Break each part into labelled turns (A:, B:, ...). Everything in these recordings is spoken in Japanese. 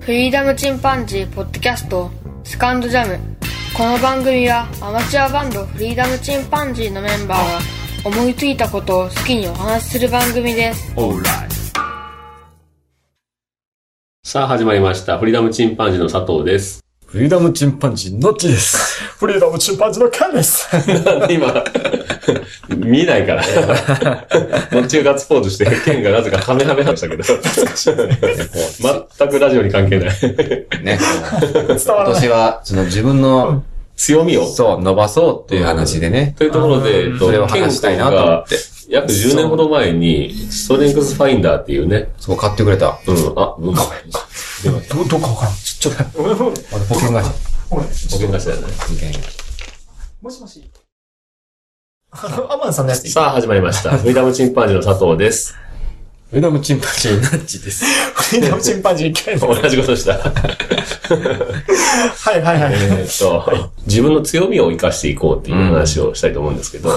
A: フリーダムチンパンジーポッドキャストスカンドジャムこの番組はアマチュアバンドフリーダムチンパンジーのメンバーが思いついたことを好きにお話しする番組です
B: さあ始まりました。フリーダムチンパンジーの佐藤です。
C: フリーダムチンパンジーのっちです。フリーダムチンパンジーのカンです。
B: 今、見えないから。 もっちがガッツポーズして、剣がなぜかハメハメなんでしたけど。全くラジオに関係ない。
D: ね、
C: 伝わ
D: 今
C: らない。
D: 年は、その自分の、
B: 強みを。
D: そう、伸ばそうっていう話でね。
B: というところで、えっと
D: それを話したいなと思って
B: 健吾が約10年ほど前に、ストレングスファインダーっていうね、
D: そう、買ってくれた。
B: うん、あ、うん、保
C: ど、どうかわからん。ちょ、ちょっと。
D: あの、保険会社。
B: 険会社だよね。
D: みたいな
C: もしもし。 あの、アマンさんのや つ。
B: さあ始まりました。フリーダムチンパンジーの佐藤です。
D: フリーダムチンパンジーのっちです。
C: フリーダムチンパンジー一回の。
B: 同じことした。
C: はいはいはい。
B: えーっと、自分の強みを生かしていこうっていう話をしたいと思うんですけど、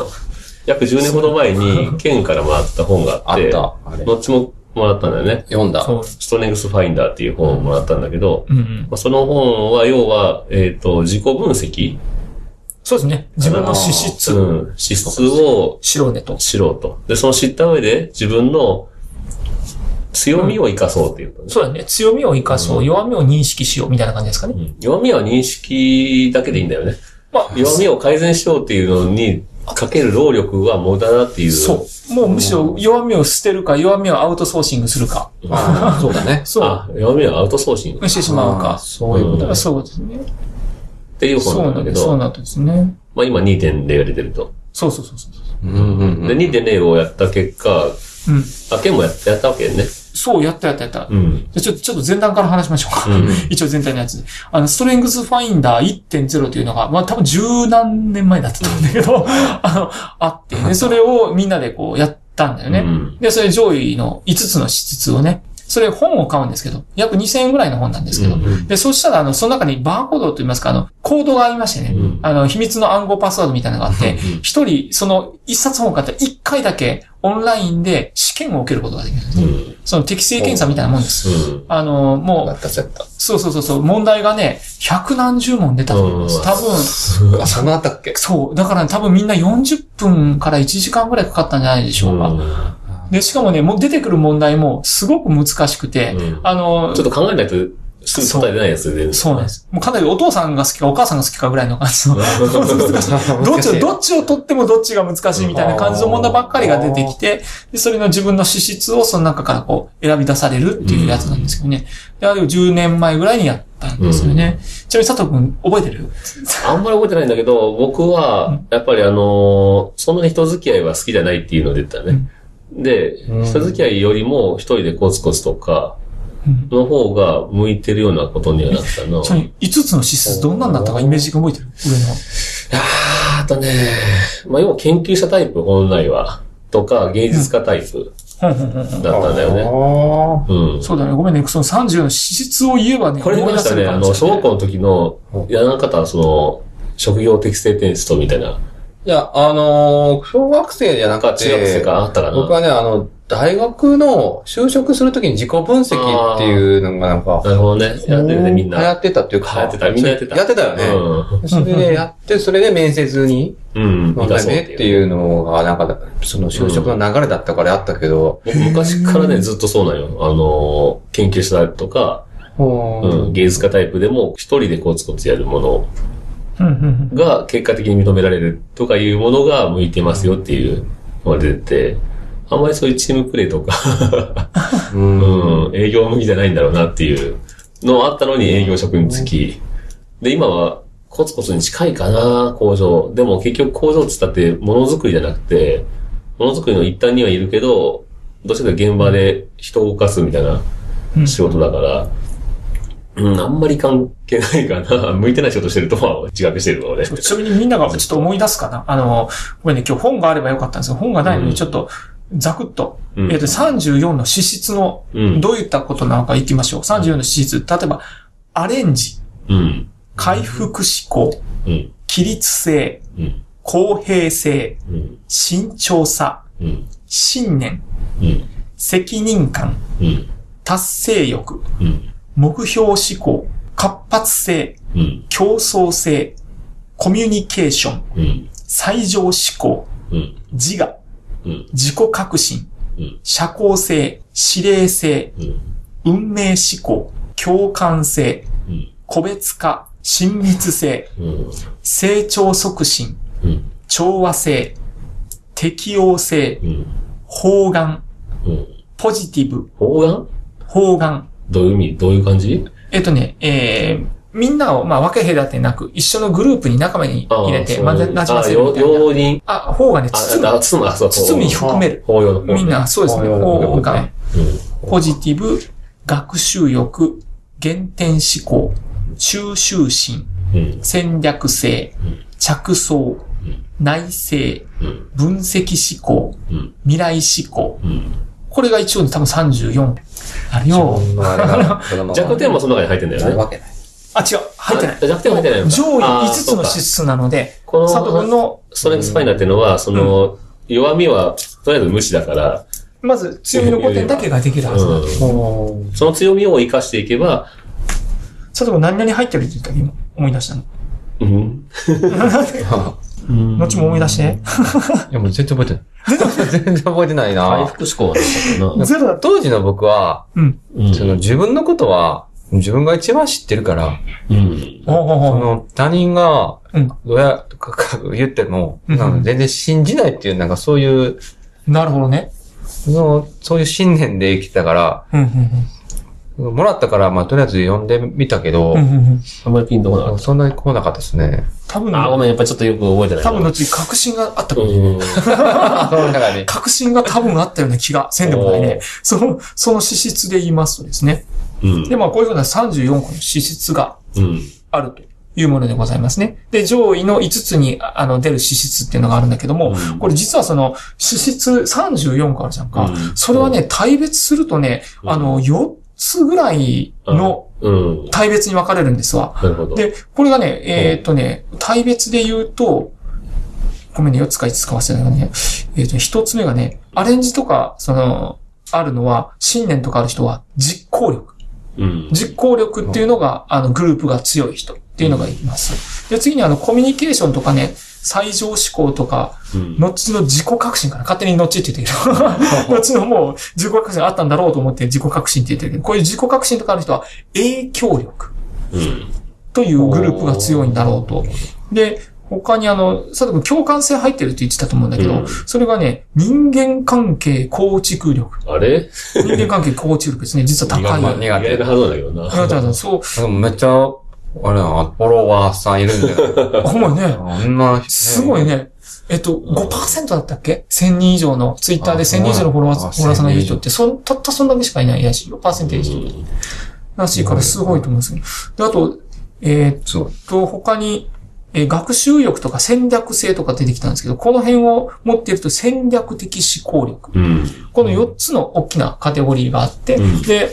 B: 約10年ほど前に、県からもらった本があ
D: あ
B: っ、
D: ってた。あれ。
B: どっちももらったんだよね。
D: 読んだ。
C: そう。
B: ストレングスファインダーっていう本をもらったんだけど、
C: うんうん。
B: まあその本は要は、えーっと、自己分析、
C: そうですね。自分の資質、
B: うん、資質を
C: 白根と。
B: 知ろうと。で、その知った上で自分の強みを生かそうっていうことね、
C: そうだね。強みを生かそう、弱みを認識しよう、みたいな感じですかね。
B: 弱みは認識だけでいいんだよね。
C: まあ、
B: 弱みを改善しようっていうのにかける労力は無駄だっていう。
C: そう。もうむしろ弱みを捨てるか、弱みをアウトソーシングするか。
D: あーそうだね。
C: そう。
B: あ、弱みはアウトソーシングっ
C: してしまう
D: あー
C: か。
D: そういうこ
C: だ
D: と
C: から
D: だ。
C: そうですね。
B: ていう
C: そ
B: 本な
C: うなん
B: だ
C: ん
B: け
C: です。そう
B: ど、
C: なんですね。
B: まあ今2.0が出てると。
C: そうそうそうそ
D: うんうんう
B: で、
D: ん。
B: 2.0をやった結果、
C: う。うん。
B: あ、ケンもややったわけね。
C: そう、やったやったやった。
B: うん。
C: じゃあちょっと、ちょっと前段から話しましょうか。
B: うん
C: 一応全体のやつ。あの、ストレングスファインダー1.0というのが、まあ多分十何年前だったと思うんだけど、 あの、あって、で、それをみんなでこうやったんだよね。
B: うん
C: で、それ上位の5つの資質をね、それ本を買うんですけど、約2000円ぐらいの本なんですけど、
B: うん
C: で、そうしたら、あの、その中にバーコードと言いますか、あの、コードがありましてね、
B: うん
C: あの、秘密の暗号パスワードみたいなのがあって、一人、その一冊本を買ったら一回だけオンラインで試験を受けることができるんです
B: う
C: ね。
B: ん。
C: その適正検査みたいなもんです。
B: うん。
C: あの、もう
D: や、ったやった。
C: そうそうそうそう、問題がね、百何十問出たと思いま
B: うん
C: す。多分、
D: あ、そのあったっ け
C: そう、だから、ね、多分みんな40分から1時間ぐらいかかったんじゃないでしょうか。で、しかもね、もう出てくる問題もすごく難しくて、
B: うん
C: あの
B: ちょっ、と考えないと、すぐ答え出ないやつで。
C: そうなんです。もうかなりお父さんが好きかお母さんが好きかぐらいの感じの、ど
D: ど
C: っちを、 どっちを取ってもどっちが難しいみたいな感じの問題ばっかりが出てきて、で、それの自分の資質をその中からこう選び出されるっていうやつなんですけどね。で、あれを10年前ぐらいにやったんですよね。ちなみに佐藤くん覚えてる
B: あんまり覚えてないんだけど、僕は、やっぱりあのーそんなに人付き合いは好きじゃないっていうので言ったらね。で、
D: ん
B: 人付き合いよりも一人でコツコツとか
C: うん、
B: の方が向いてるようなことにはなったな。
C: ちなみに5つの資質どんなんだったかイメージが覚えてる上の。
B: あとね、まあ、要は研究者タイプ、本来は。とか、芸術家タイプだったんだよね。
D: よ
B: うん。
C: そうだね。ごめんね。その34の資質を言えばね、
B: これ出ましたね、あの、小学校の時の
D: うん、
B: やらなかったその、職業適正テストみたいな。
D: いや、あのー、小学生じゃな
B: か、
D: く
B: 中学生
D: て、
B: かあったかな。
D: 僕はね、あの、大学の就職するときに自己分析っていうのがなんか、
B: なるほどね。やってるね、みん
D: 流
B: な。
D: 行ってたっていうか、
B: 流行ってたみんなやってた
D: やってたよね。それでやって、それで面接に
B: うん。うん。
D: 問題ねっていうのが、なんか、その就職の流れだったからあったけど、
B: 僕昔からね、ずっとそうなんよ。あのー、研究者とか、
D: う
B: うん、
D: ん
B: 芸術家タイプでも、一人でコツコツやるもの
C: うんうんうん。
B: が、結果的に認められるとかいうものが向いてますよっていうのが出てて、あんまりそういうチームプレーとか、
D: うん
B: うん、営業向きじゃないんだろうなっていうのあったのに営業職につき、で、今は、コツコツに近いかな、工場。でも結局工場って言ったって、ものづくりじゃなくて、ものづくりの一端にはいるけど、どっちかというと現場で人を動かすみたいな
C: うん
B: 仕事だから、うん、あんまり関係ないかな。 向いてない仕事してるとは自覚してるので。
C: ちなみにみんながちょっと思い出すかなあの、ごめんね、今日本があればよかったんですけど、本がないの
B: うん
C: で、ちょっと、ざくっと、
B: うん
C: えっと、34の資質の、
B: うん。
C: どういったことなのかいきましょう。34の資質、例えば、アレンジ、
B: うん。
C: 回復思考、
B: うん。
C: 規律性、
B: うん。
C: 公平性、
B: うん。
C: 慎重さ、
B: うん。
C: 信念、
B: うん。
C: 責任感、
B: うん。
C: 達成欲、
B: うん。
C: 目標思考、活発性、
B: うん。
C: 競争性、コミュニケーション、
B: うん。
C: 最上思考、
B: うん。
C: 自我、
B: うん。
C: 自己革新
B: うん、
C: 社交性、指令性、
B: うん。
C: 運命思考、共感性、
B: うん。
C: 個別化、親密性、
B: うん。
C: 成長促進、
B: うん。
C: 調和性、適応性、
B: うん。
C: 方眼、
B: うん。
C: ポジティブ、
B: 方眼
C: 方眼。
B: どういう意味どういう感じ
C: えっとね、えー、みんなを、まあ、分け隔てなく、一緒のグループに仲間に
B: ああ
C: 入れて、
B: そう
C: まあ、なじま
B: あ、
C: せるみ
B: よ
C: たいな。
B: 用人。
C: あ、方がね、
B: あ、
C: 包
B: あ
C: む。
B: 包む、あ、そう、
C: 包み含める。
B: 包容の方
C: みん。な、そうですね。
D: 方眼
C: 方眼。
B: う
C: ポジティブ、学習欲、原点思考、収集心、
B: ん。うん。
C: 戦略性
B: ん、
C: 着想、内政、
B: うん。
C: 分析思考、
B: うん。
C: 未来思考。
B: うん。
C: これが一応ね、多分34あるよ。
D: まあだからそのまま
B: 弱点もその中に入ってんだ
D: な
B: よ
D: る
B: ね。
D: わけない。
C: あ、違う。入ってな
B: あ
C: い。
B: 弱点は入ってないのか
C: 上位
B: あー
C: 5つの資質なので、
B: この
C: 佐藤君の、
B: ストレングスファイナーっていうのは、その、弱みは、とりあえず無視だから、
C: まず強みの5点だけができるはずなんで。
B: う
C: 佐
B: ん
D: も
B: その強みを生かしていけば、
C: 藤君何々入ってるって言った今思い 出したの。
B: うん。
C: 後も思い出して。
D: う、いやもう全然覚えてない。全然覚えてない
B: 回
D: な。
B: 復志向なのかな。
C: ゼロだと。
D: 当時の僕は、
B: うん
D: その自分のことは、自分が一番知ってるから、
B: うん。
C: ほうほう
D: そ
C: ほう
D: の他人が
C: うん、
D: どうや、かか言っても、
C: うん
D: なんか全然信じないっていう、なんかそういう、
C: なるほどね。
D: その、そういう信念で生きてたから、
C: うん、うん、
D: もらったから、まあとりあえず読んでみたけど
C: うん。う、ん、うんうん。
B: あんまりピンとこなかっ
D: そんなに来なかったですね。
C: 多分ね
B: た。あ、ごめん、やっぱちょっとよく覚えてないな。
C: 多分のうち確信があったかも。
B: うん。
D: その中に。
C: 確信が多分あったような気がせんでもないね。その、その資質で言いますとですね。
B: うん。
C: で、まあ、こういうふうな34個の資質が
B: うん。
C: あるというものでございますね。で、上位の5つにああの出る資質っていうのがあるんだけども、
B: うん
C: これ実はその資質34個あるじゃんか。
B: うん
C: それはね、対別するとね、
B: うん
C: あの、4つぐらいの
B: うん。
C: 対別に分かれるんですわ。
B: なるほど。
C: で、これがね、えーっとね、対別で言うと、ごめんね、4つか5つか忘れたけどね。えーっと、1つ目がね、アレンジとか、その、あるのは、信念とかある人は、実行力。
B: うん。
C: 実行力っていうのが、あの、グループが強い人っていうのがいます。で、次にあの、コミュニケーションとかね、最上思考とか、
B: うん
C: 後の自己革新かな勝手に後って言ってるけど。後のもう、自己革新あったんだろうと思って自己革新って言ってるけど、こういう自己革新とかある人は、影響力
B: うん。
C: というグループが強いんだろうと。で、他にあの、佐藤君共感性入ってるって言ってたと思うんだけど、
B: うん
C: それがね、人間関係構築力。
B: あれ
C: 人間関係構築力ですね、実は高い。
D: まあ
C: 苦
D: 苦手
B: 意外なはずなんだけどな。
C: 手なんだそう、
D: でもめっちゃ、あれだな、フォロワーさんいるんだよ。
C: ほんまにね。
D: あんな、ね
C: すごい。ね。えっと、5%だったっけ ?1000 人以上の、ツイッターで
D: あ
C: 1000人以上のフォロワー
D: あ
C: フォロワーさんがいる人って、そんたったそんだけしかいないらしいよ。パーセンテージらしいからすごいと思うんですけど。で、あと、えーっ
D: すごい。
C: と、他に、えー学習力とか戦略性とか出てきたんですけど、この辺を持っていると戦略的思考力。
B: うん。
C: この4つの大きなカテゴリーがあって、
B: うん
C: で、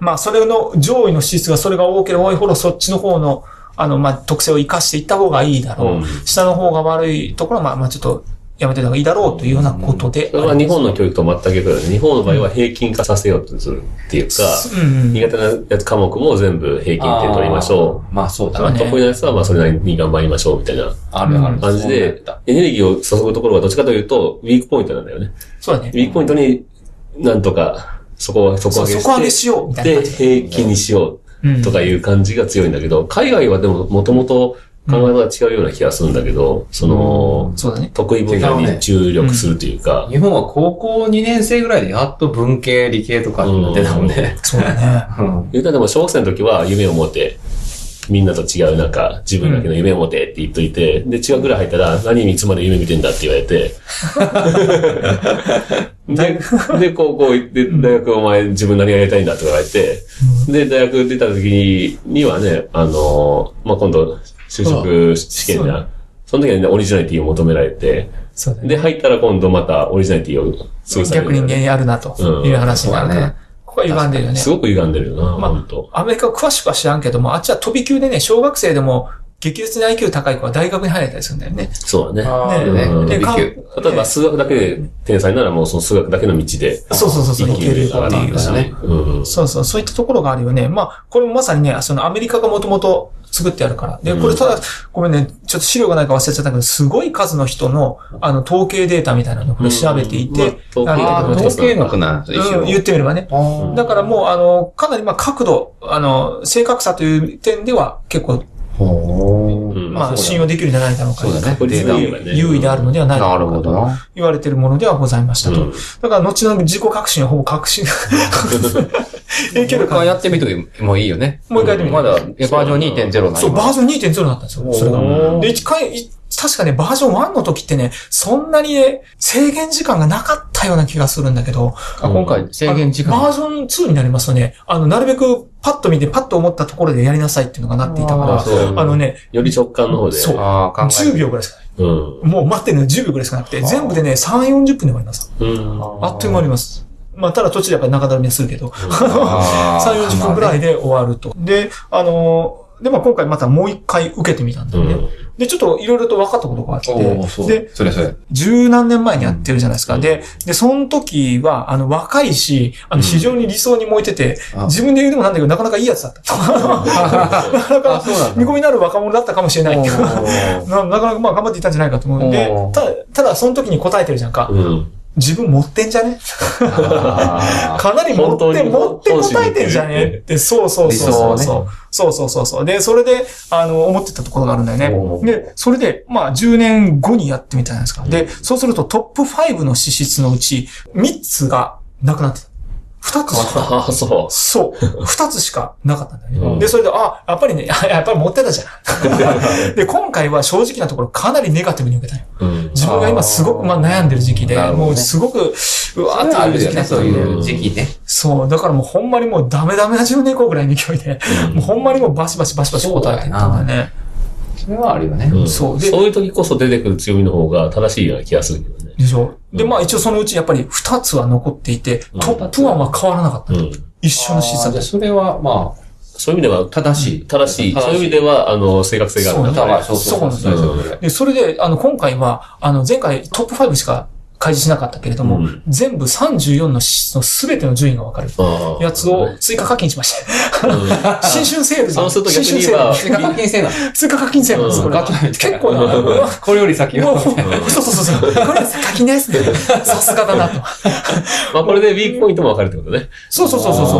C: まあ、それの上位の資質がそれが多ければ多いほど、そっちの方の、あの、まあ、特性を活かしていった方がいいだろう。
B: うん
C: 下の方が悪いところは、まあ、まあ、ちょっと、やめてた方がいいだろうというようなことで。
B: それは日本の教育と全く逆だね。日本の場合は平均化させようとするっていうか、
C: うんうん
B: 苦手なやつ科目も全部平均点取りましょう。
D: う。まあそうだ
C: あ
D: な
C: ー。
B: 得意なやつはまあそれなりに頑張りましょうみたいな
D: あるある。
B: 感じで、エネルギーを注ぐところはどっちかというと、ウィークポイントなんだよね。
C: そうだね
B: ウ。ィークポイントになんとか、そこは底
C: そう
B: 上げして、
C: 底上げしよう、みたいな
B: で、
C: 感じ。
B: 平均にしよ
C: うん
B: うとかいう感じが強いんだけど、海外はでももともと考え方が違うような気がするんだけど、その、
C: そうだね。
B: 得意分野に注力するというか、
D: 日本は高校2年生ぐらいでやっと文系、理系とかになってたもんね。
C: そうだね。
D: うん。
B: 言うたらでも小学生の時は夢を持て、みんなと違うなんか、自分だけの夢を持てって言っといて、で、中学ぐらい入ったら、何いつまで夢見てんだって言われ て。で、で、高校行って、大学お前自分何がやりたいんだとか言われて、で、大学出た時にはね、あのーまあ、今度、就職試験じゃん。その時はね、オリジナリティを求められて、
C: そうだね。
B: で、入ったら今度またオリジナリティを潰される
C: 逆にね、やるな、という話になるか
D: うんそうだ
C: ら
D: ね。
C: ここは歪んでるよね
B: す。ごく歪んでるよな、
C: まあ
B: ほんと
C: アメリカ詳しくは知らんけども、あっちは飛び級でね、小学生でも激烈に IQ 高い子は大学に入れたりするんだよね。
B: そうだね。
D: あ
C: ね
D: ーね
B: うん
D: 飛
C: で、
D: び
C: か
D: 級
B: 例えば数学だけで天才ならもうその数学だけの道で。
C: そうそうそうそう、い
B: 一気
C: ける
B: に
C: って
B: 上がる
C: い
B: ん
C: う
B: だ
C: さ
B: ね。うん。
C: そうそう、そういったところがあるよね。まあ、これもまさにね、そのアメリカがもともと作ってあるから。で、これただ、ごめんね、ちょっと資料がないか忘れちゃったけど、すごい数の人の、あの、統計データみたいなのをこれ調べていて、
B: うんまあ
C: あ
D: あ
C: の
D: ー、統計
B: の
D: 学なんです
C: うん、言ってみればね。
D: あ
C: だからもう、あの、かなりまあ角度、あの、正確さという点では結構、
D: ーほー
B: うん
C: まあ、
D: そうだ
C: 信用できるんじゃないだろうか。
D: そうだね。
B: 確率が言えばね
C: 優位であるのではないだ
D: な
C: ろ
D: る
C: うか
D: ほ
C: と
D: どな。
C: 言われているものではございました
B: う
C: と。
B: ん
C: だから、後の自己革新はほぼ革 新、影響
D: 結
C: 力
D: 構
C: が
D: やってみてもいいよね。
C: もう一回やってみて
D: まだ、えバージョン2.0なの
C: そう、バージョン2.0になったんですよ、それが。
B: おー
C: で、一回、い確かね、バージョン1の時ってね、そんなにね、制限時間がなかったような気がするんだけど、
D: あ今回制限時
C: あの
D: 間。
C: バージョン2になりますとね、あの、なるべくパッと見て、パッと思ったところでやりなさいっていうのがなっていた
D: あー
C: か
D: そう
C: ら、あのね、
B: より直感の方で。
C: そう
D: ああ、考え
C: 10秒ぐらいしかない。
B: うん。
C: もう待ってるの10秒ぐらいしかなくて、
D: あー
C: 全部でね、3、40分で終わります。
B: うん。
C: あっという間に終わります。まあ、ただ途中でやっぱり中だるみはするけど、
D: あー
C: 3、40分ぐらいで終わると。で、あのーで、まあ今回またもう一回受けてみたんだ
B: う
C: よね。
B: ん。
C: で、ちょっといろいろと分かったことがあっ
D: おー
C: て、で、
D: それそれ。
C: 十何年前にやってるじゃないですか。
B: うん
C: で、で、その時は、あの、若いし、あの、非常に理想に燃えてて、
D: あ
C: 自分で言うのもなんだけど、なかなかいいやつだ った。なかな
D: あ、
C: か、
D: そうなんだ。
C: 見込みのある若者だったかもしれない。な
D: おー
C: なかなかまあ頑張っていたんじゃないかと思うんで
D: おー、
C: ただ、ただその時に答えてるじゃんか。
B: うん。
C: 自分持ってんじゃね
D: あー
C: かなり持って、
B: 本当に
C: 持って答えてんじゃねって、そうそうそうそう
D: 理想
C: そ
D: を
C: う。そうそうそうそう。で、それで、あの、思ってたところがあるんだよ
D: お
C: ね。
D: ー
C: で、それで、まあ、10年後にやってみたじゃないですか。で、そうするとトップ5の資質のうち、3つがなくなってた。2つしか。
B: ああ、そ
C: そう。2つしかなかったんだよ
B: うん
C: ね。で、それで、あ、やっぱりね、やっぱり持ってたじゃん。で、今回は正直なところかなりネガティブに受けたよ。
B: う。うん。
C: 自分が今すごくまあ悩んでる時期で
D: な、るほどね
C: もうすごく、うわーって
D: あ
C: ある
D: る
C: 時
D: よ
C: 期だ
D: ね、
C: った
D: そういう時期ね。
C: そう、だからもうほんまにもうダメダメな10年後ぐらいの勢いで、もうほんまにもうバシバシバシバシ答えていったんだよね。
D: それはあるよね。
B: うん
C: そうで
B: そういう時こそ出てくる強みの方が正しいような気がするけどね。
C: でしょで、
B: うん
C: まあ一応そのうちやっぱり2つは残っていて、
B: うん
C: トップ1は変わらなかった。
B: うん。
C: 一緒の審査
D: あーじゃ
C: で
D: あ。それは、まあ、
B: そういう意味では、
D: 正しい。
B: 正しい。
D: 正しい
B: そういう意味では、あの、正確性があるんだね
C: そう
D: 正しい。そ
C: そ
D: う
C: う
B: なんだ
D: そうそう
C: で、それで、あの、今回は、あの、前回トップ5しか開示しなかったけれど
B: う
C: も、
B: ん
C: 全部34の資質の全ての順位がわかる。
B: ああ
C: やつを追加課金しました。 新春セール
B: そうすると逆に
C: 新春
B: 言え
C: セー
B: ば
C: ル
D: 追加課金制
C: 追加課金制
D: なの
C: なんです、これは。
D: ガチャみたい
C: 結
D: な
C: 構な、
D: これより先
C: もう
D: は。
C: そうそうそうそう。これは課金ですね。さすがだなと。
B: まあこれでウィークポイントも分かるってことね。
C: そうそうそうそうそう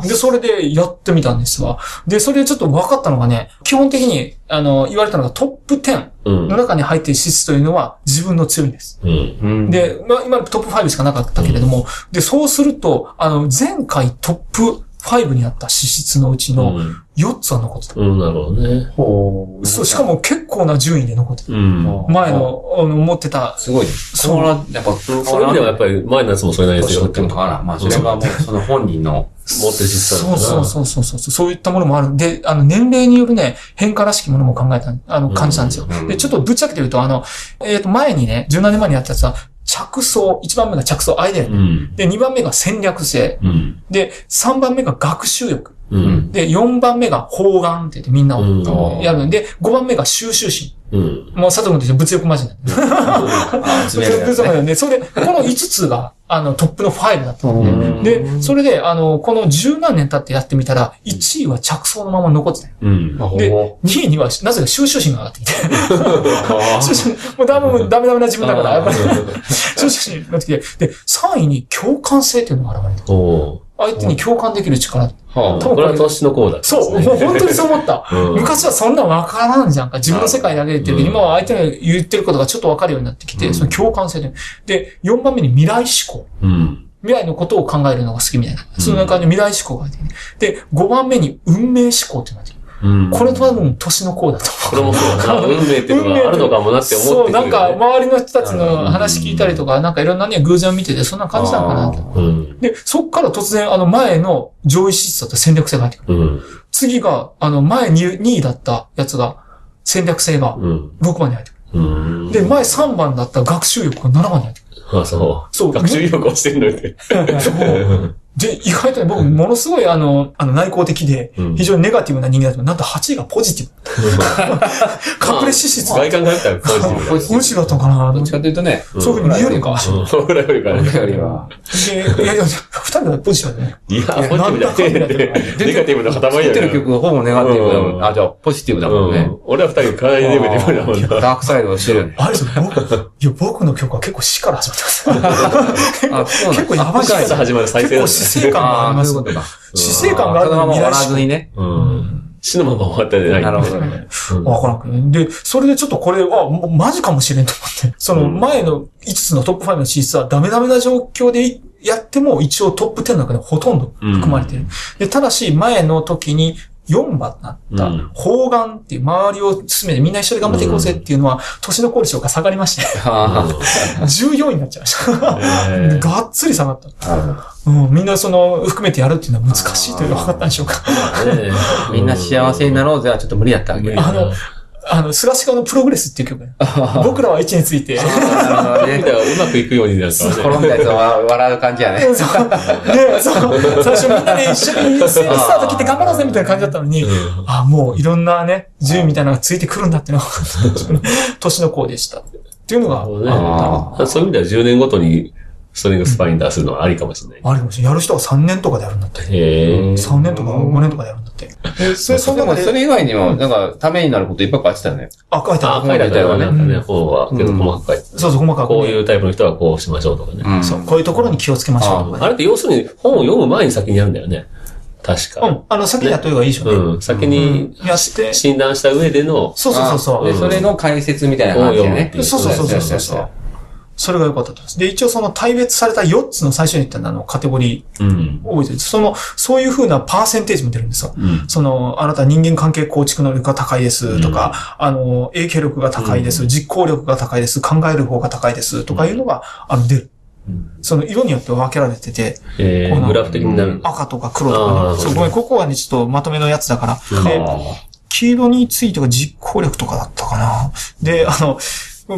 C: そう。で、それでやってみたんですわ。で、それでちょっと分かったのがね、基本的に、あの、言われたのがトップ10
B: うん
C: の。中に入っている資質というのは自分の強みです。
B: うん。
D: うん、
C: で、まあ、今トップ5しかなかったけれども、で、そうすると、あの、前回トップ5になった資質のうちの
B: う
C: 4つは残ってた。
B: ん。なるほどね。
D: ほう
C: そう、しかも結構な順位で残ってた。
B: うん。
C: 前の、あの、持ってた、
D: すごいね。
C: そう
D: そら、やっぱ、そ
B: そういう意味ではやっぱり前のやつもそれなりです
D: 年
B: よ。
D: 取っても変わらん。まあ、それはもう、その本人の。
B: 持って実際
C: そうそうそうそうそう。そういったものもある。で、あの、年齢によるね、変化らしきものも考えた、あの、感じたんですよ
D: うんうんう。ん
C: で、ちょっとぶっちゃけて言うと、あの、えっ、と、前にね、17年前にやったやつは、着想、1番目が着想、アイデア。
B: うん。
C: で、2番目が戦略性。
B: うん。
C: で、3番目が学習欲。
B: うん。
C: で、4番目が方眼って言ってみんな
B: う
C: を
B: ん。
C: やるんで、5番目が収集心。
B: うん。
C: もう佐藤君と一緒に物欲マジなんで。物欲マジな
D: あ
C: ん で、それで、この5つが、あの、トップの5だった。
D: うん
C: で、それで、あの、この十何年経ってやってみたら、1位は着想のまま残ってたよ。
B: うん。
C: で、2位には、なぜか収集心が上がってきて。収集心もうダメ、もうダメダメな自分だから、やっぱり。収集心が上がってきて。で、3位に共感性っていうのが現れた。
B: お
C: 相手に共感できる力。
D: は
B: これは年の功だ。
C: そう、もう本当にそう思った。
B: うん
C: 昔はそんなんわからんじゃんか。自分の世界だけで言ってるけど、
B: うん
C: 今は相手の言ってることがちょっとわかるようになってきて、
B: うん
C: その共感性で。で、4番目に未来思考。
B: うん。
C: 未来のことを考えるのが好きみたいな。その中に未来思考が入ってきて。で、5番目に運命思考ってなってる
B: うん。
C: これ多分年の功だと
B: これもそうだな。運命っていうのがあるのかもなって思
C: 思
B: っ
C: う。そ
B: て
C: う、
B: くる、ね。
C: なんか、周りの人たち
B: う
C: の
B: ん
C: 話聞いたりとか、なんかいろんなね、偶然を見てて、そんな感じなのかなと。
B: うん。
C: で、そっから突然、あの、前の上位質素と戦略性が入ってくる。
B: うん。
C: 次が、あの、前 2, 位だったやつが、戦略性が
B: うん。
C: 6番に入ってく
B: うん。
C: る。で、前3番だった学習欲が7番に入ってくる。
B: あ、そう。
C: そう。
B: 学習意欲をしてんのよね。
C: そうで、意外とね、僕、ものすごい、あの、あの、内向的で
B: うん、
C: 非常にネガティブな人間だと、なんと8位がポジティブ。隠れ資質。
B: 外観があったらポジティブ
D: ポジティ
C: むしろだったのかな
D: どっちかというとね、
B: ブ。
C: そういうふうに見えるのか。
B: うんそれぐらいからね。
D: 俺よりは。
C: で、いやいやいや、二人はポジティブだね。
B: いや、ポジティブじゃねえんだよネガティブの塊
D: 作
B: や
D: って
B: から
D: る曲はほぼネガティブだも。
B: うんん
D: あ、じゃあ、ポジティブだもん
B: う
D: ね
B: ん。。俺は二人かなりネガティブだもんな。
D: ダークサイドをしてるよね。
C: あれですよ、僕、いや、僕の曲は結構死から始まってます。
D: あ、そうな
C: 結
D: んだ
C: 構やばい
B: 深いさ始まる再生
C: 結
B: だね
C: 構死生観があり
D: あ
C: ま
D: あ、
C: す
D: そ
C: よ
D: ういうこ
C: ね。
D: とか。
C: 死生観がある
D: そ
C: の
D: のま
C: に
D: ま
C: 未来
D: 笑わ
C: 志
D: ず
C: 向
D: にね。
B: うん。死のまま終わったんじゃない。
D: なるほどね。
B: うん
C: わからんくてで、それでちょっとこれは、もうマジかもしれんと思って。その
B: うん
C: 前の5つのトップ5の進出はダメダメな状況でやっても一応トップ10の中でほとんど含まれてる。で、ただし前の時に4番になった、
B: うん
C: 方眼っていう周りを進めてみんな一緒で頑張っていこうぜっていうのは、年の功章が下がりまして、
D: あ
C: 14位になっちゃいました。
B: えー
C: がっつり下がった。
D: あなるほど。
C: うん、みんなその、含めてやるっていうのは難しいというのが分かったんでしょうか。
B: ねえ
D: みんな幸せになろうぜはちょっと無理だったわ
B: 無
D: け。
B: 理
D: あ
B: だ
C: あの
B: な
C: あの、スラシカのプログレスっていう曲。僕らは1について。
D: あ、なるほ
B: みたい
D: どね。
B: なうまくいくようになるから
D: 転んだやつは笑う感じやね。
C: そう。で、そう。最初みんなで一緒にスタート切って頑張ろうぜみたいな感じだったのに、
B: うん
C: あ、もういろんなね、順位みたいなのがついてくるんだっていうのが分かったんですよね、年の子でした。っていうのが、
B: なるほどね
C: あ
D: ああ。
B: そういう意味では10年ごとにストリングスパインダーするのはありかもしれない。
C: あるかもしれないやる人は3年とかでやるんだって。
B: へえ。
C: 3年とか5年とかでやるんだって。え、それ、そ
D: で
C: の
D: も、
C: 中
D: そ
C: で、
D: れ以外にも、なんか、ためになることいっぱい書いてたよね。
C: あ、書いて
B: あ、
C: ある。
B: 書いてあったよね、
D: う
B: なんんかね、本は。けど
D: うん
B: 細かい。
C: そうそう、細かくね。
B: こういうタイプの人はこうしましょうとかね。
D: ん
C: そう、こういうところに気をつけましょうとかね
B: あれって要するに本を読む前に先にやるんだよね。確
C: う
B: か。
C: ん。あの、先にやっといた方がいいでしょうね。
B: うん。先に
C: やって。
B: 診断した上での、
C: そうそうそうそう。
D: で、それの解説みたいな感じでね。
B: うん
C: そうそうそうそうそうそう。それが良かったと思います。で、一応その大別された4つの最初に言ったあのカテゴリ
B: うん
C: ー。覚えてる。その、そういう風なパーセンテージも出るんですよ。
B: うん。
C: その、あなた人間関係構築能力が高いですとか、あの、影響力が高いです、実行力が高いです、考える方が高いですとかいうのが、あの、出る。
B: うん
C: その色によって分けられてて、
B: え
C: この
B: ー、グラフ的になる。
C: 赤とか黒とか
B: あー
C: ね。そう、ごめん、ここはね、ちょっとまとめのやつだから。で黄色については実行力とかだったかな。で、あの、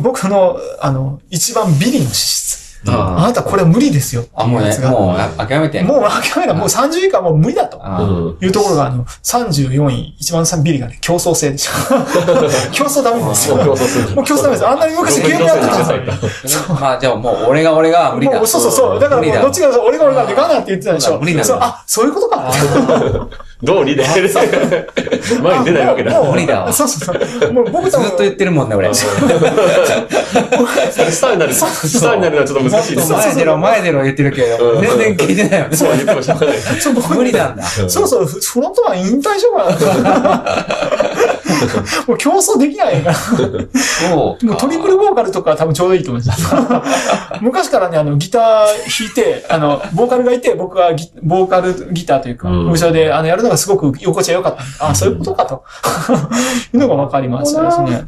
C: 僕の、あの、一番ビリの資質。あ
D: あ
C: なたこれ無理ですよって
D: あ、
C: い
D: も
C: う
D: う
C: や
D: ね
C: つ、が。も
D: もう諦めて。
C: う、もう諦めた。もう30以下はもう無理だと。
D: あ
C: いうところが、あの、34位、一番ビリがね、競争性でした。競争ダメなんですよ。もう競争ダメです。あんなに昔ゲームやってたのに。
D: まあ、じゃあもう、俺が俺が無理
C: も
D: だ
C: う。そうそうそう。だからもう、どっちが俺が俺がってガナって言ってたでしょ。
D: 無理なんだ
C: そうあ、そういうことか。
B: どうリレー前に出ないわけだ。
C: もう
D: 無理だわ
C: そうそうそう。もう僕
D: ず
C: と
D: っ
C: も
D: と言ってるもんね、俺。
B: スターになる。スターになるのはちょっと難しいです。
D: 前出ろ、前出ろ言ってるけど、全然聞いてないよね。
B: そう言ってもしょうがない。
C: そう僕
D: 無理なんだ。
C: そろそろフフロントマン引退しようかな。もう競争できないから。
D: そう。
C: もうトリプルボーカルとか多分ちょうどいいと思います。 昔からね、あの、ギター弾いて、あの、ボーカルがいて、僕はギボーカルギターというか、
B: うん
C: 後ろで、あの、やるのがすごく横地は良かった。あ、そういうことかと。 いうのがわかりましたですね。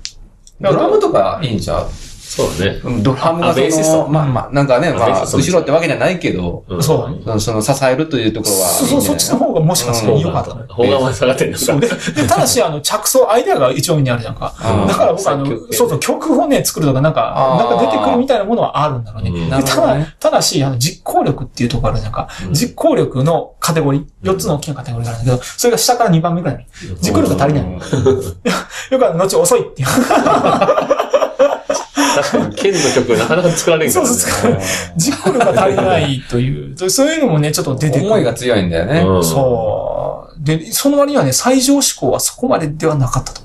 D: ドラムとかいいんちゃう
B: そうだね。
D: ドラムがその、まあまあ、なんかね、まあ、後ろってわけじゃないけど、
B: ん
C: そう
D: その、支えるというところは。
C: そそそっちの方がもしかしたら良かったね。
B: 方がまで下がってんだ
C: そうで、でただし、あの、着想、アイデアが一番にあるじゃんか。
D: あー
C: だから僕、あの、
B: 作曲系ね
C: そうそう、曲をね、作るとか、なんか、
D: あ
C: な
D: ー
C: んか出てくるみたいなものはあるんだろうね。
B: うん
C: で
D: なるほ
C: た
D: ど
C: だ
D: ね、
C: ただし、あの、実行力っていうところあるじゃんか。
D: うん
C: 実行力のカテゴリー、4つの大きなカテゴリーがあるんだけど、それが下から2番目くらい。実行力が足りない。よくあの、後遅いっていう。
B: 確かに、剣の曲なかなか作られんか
C: そう
B: ら
C: そ
B: ね
C: う、。作る実行力が足りないというそう、そういうのもね、ちょっと出てくる。
D: 思いが強いんだよね。
B: うん
C: そう。で、その割にはね、最上志向はそこまでではなかったと。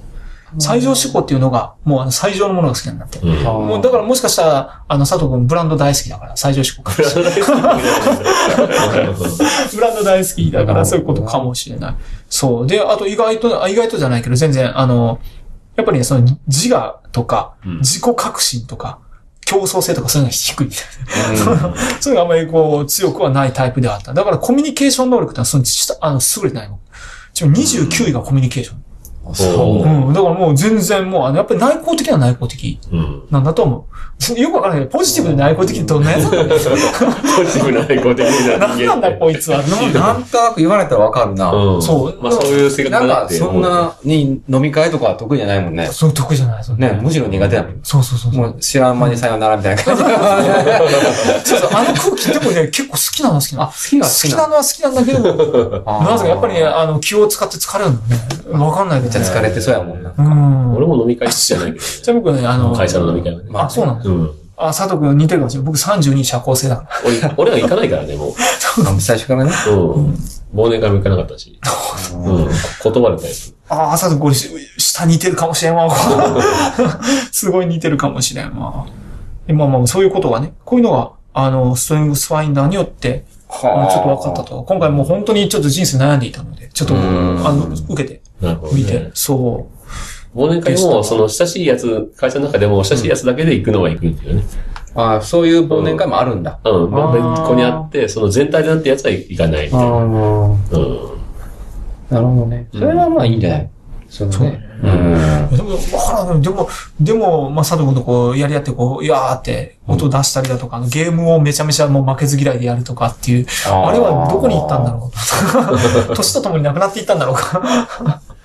C: 最上志向っていうのが、もうあの最上のものが好きなんだって。
B: うん。
D: あー
C: もうだからもしかしたら、あの、佐藤君ブランド大好きだから、最上志向かもしれない。 ブランド大好きだから、そういうことかもしれない。そう。で、あと意外と、あ意外とじゃないけど、全然、あの、やっぱりね、その自我とか、
B: うん
C: 自己革新とか、競争性とかそういうのが低い。 そういうのがあんまりこう、強くはないタイプではあった。だからコミュニケーション能力ってのは、その、あの、優れてないの。ちなみに29位がコミュニケーション。
D: そう。
C: うん。だからもう全然もう、あの、やっぱり内向的な内向的
B: うん。
C: なんだと思う。 よくわからないけど、ポジティブで内向的ってどんなやつなんだ
B: ポジティブな内向的な
C: 何
B: 人間
C: なん
B: って。
C: だこいつは。
D: なんとなく言われたらわかるな。
B: うん。
C: そう
B: まあそういう性格
D: なん
B: だな
D: か
B: って。
D: そんなに飲み会とかは得意じゃないもんね。
C: そういう得意じゃない、そ
D: ね、むしろ苦手だもん。
C: そうそうそう。
D: もう知らん間にさよならみたいな感じ。
C: そうそう、あの空気でもね、結構好きなのは好きな
D: あ、
C: の。
D: 好きな
C: 好きなのは好きなんだけど、
D: の
C: なぜかやっぱりね、あの、気を使って疲れるのね。わかんないみ
D: めっち
C: た
D: ゃ
C: いな。
D: 疲れてそうやもんな。
C: うん。
B: 俺も飲み会好きじゃないけど
C: じゃあ僕ね、あの、
B: 会社の飲み会はね。
C: あ、そうなの
B: うん。
C: あ、佐藤君似てるかもしれない。僕32社交性だから。
B: 俺、俺は行かないからね、もう。
D: あ最初からね。
B: うん。忘年会も行かなかったし。うん。断れたやつ。
C: ああ、佐藤君、俺し下似てるかもしれ んわ。すごい似てるかもしれんわ。でまあまあ、そういうことがね、こういうのが、あの、ストリングスファインダーによって、
D: ちょ
C: あのちょっと分かった。と。今回もう本当にちょっと人生悩んでいたので、ちょっと、あ
D: うん
C: の、受けて、
B: なるほど
C: 見て
B: ね。。
C: そう。
B: 忘年会も、その、親しいやつ、会社の中でも、親しいやつだけで行くのは行くっていうね。
D: あそういう忘年会もあるんだ。
B: うん。まあ、別
C: あー
B: 個にあって、その全体でなってやつは行かないみたいな。うん。
D: なるほどね。それはまあいいんじゃないそうだね。うん
C: でも、わからない。でも、でも、まあ、佐藤君とこう、やり合って、こう、いやーって、音出したりだとか、あのゲームをめちゃめちゃもう負けず嫌いでやるとかっていう、あれはどこに行ったんだろう年とともになくなっていったんだろうか。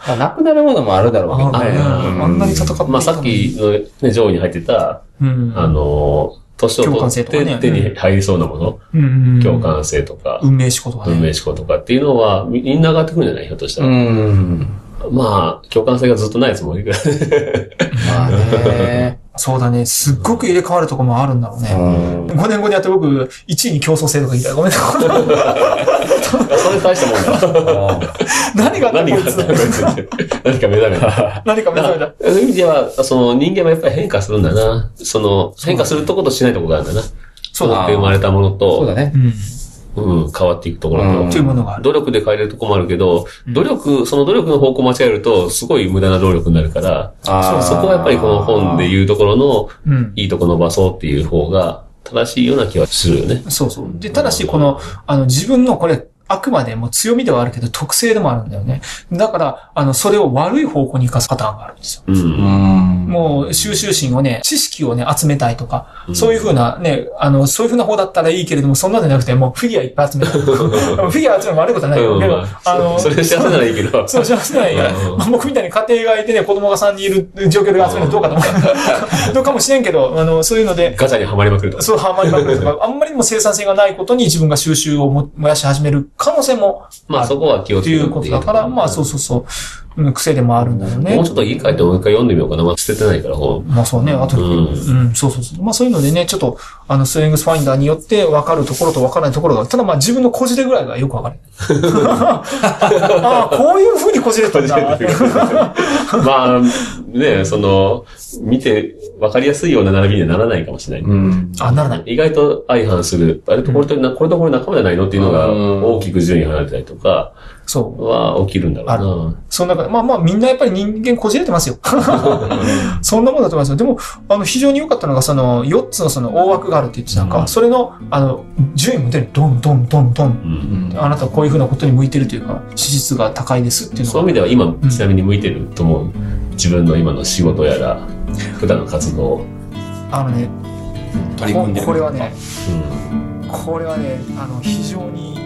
D: まあ、なくなるものもあるだろうけど
C: あ
D: ね。
C: うんあんなに戦っていたのに
B: まあ、さっきのね、上位に入ってた、
C: うん。
B: あのー、年
C: 共
B: を
C: 感性
B: 取っ
C: とかね
B: て手に入りそうなもの、
C: うんうんうん
B: 共。感性とか、
C: 運命仕事がね。
B: 文明思考とかっていうのは、みみんな上がってくるんじゃないひょっとした
D: う
B: ら。
D: ん。
B: まあ、共感性がずっとないやつもいるから。
D: まあね。
C: そうだね。すっごく入れ替わるとこもあるんだろう
D: う
C: ね。
D: ん。
C: 5年後にやって僕、1位に競争性とか言いたい。ごめんなさい。
B: それ大した もんだ。
C: 何があ
B: 何
C: ったこ
B: が
C: い
B: あった
C: つ
B: のこいつって何か目覚めた。
C: 何か目覚めた。
B: そういう意味では、その人間はやっぱり変化するんだな。その、変化するとことしないとこがあるんだな。
C: そうだ。
B: で生まれたもの
D: そうだ
B: と、
D: ね
C: う。ん。
B: うん、変わっていくところ
D: うん
B: と
C: というものがある。
B: 努力で変えれるとこもあるけど、努力、その努力の方向を間違えると、すごい無駄な努力になるから、
D: あー
B: そこはやっぱりこの本で言うところの、
C: うん。
B: いいとこ伸ばそうっていう方が、正しいような気はするよね。
C: そうそう。で、ただし、この、あの、自分のこれ、あくまでも強みではあるけど、特性でもあるんだよね。だから、あの、それを悪い方向に生かすパターンがあるんですよ。
B: う。
D: うんん。
C: もう、収集心をね、知識をね、集めたいとか、
B: うん
C: そういうふうなね、あの、そういうふうな方だったらいいけれども、そんなのじゃなくて、もうフィギュアいっぱい集め たい。フィギュア集めるの悪いことはないよ。
B: うん
C: けど、
B: まあ
C: あの、
B: それ幸せならいいけど。
C: そうしますね。いや
B: うん
C: まあ僕みたいに家庭がいてね、子供が3人いる状況で集めるのどうかと 思う。どうかもしれんけど、あの、そういうので、
B: ガチャにはまりまくるとか。
C: そう、ハマりまくると か、あんまりにも生産性がないことに自分が収集をも燃やし始める可能性も
B: まあそこは気を
C: っ
B: つ
C: て
B: け
C: い
B: て
C: うことだから、まあそうそうそう、うん、癖でもあるんだよね
B: もうち。ょっと家帰ってもう一回読んでみようかな。まあ捨ててないから、本。
C: まあそうね、あと、う
B: うんん、
C: そうそうそう。まあそういうのでね、ちょっと、あの、ストレングスファインダーによって分かるところと分からないところが、ただまあ自分のこじれぐらいがよく分 かる。ああ、こういう風にこじれたんだ。
B: まあ、ね、その、見て分かりやすいような並びにはならないかもしれない。
D: うん。
C: あ、ならない。
B: 意外と相反する、あれとこれと、なこれとこれ仲間じゃないのっていうのが
D: うん
B: 大きく順位離れたりとか
C: そう。
B: は起きるんだろ
C: その中で、まあまあみんなやっぱり人間こじれて ますよ。そんなもんだと思いますよ。でも、あの、非常に良かったのが、その、4つのその大枠があるって言ってたのか、
B: うん
C: それの、あの、順位も出る。ドン、ドン、ドン、ドン。
B: うな。うん
C: あなたはこういうふうなことに向いてるというか、資質が高いですっていうの
B: そ
C: が
B: ういう意味では今、ちなみに向いてると思う。自分の今の仕事やら、普段の活動。
C: あのね、
D: 取り組んでる
C: ここれはね、
B: うん
C: これはね、あの、非常に、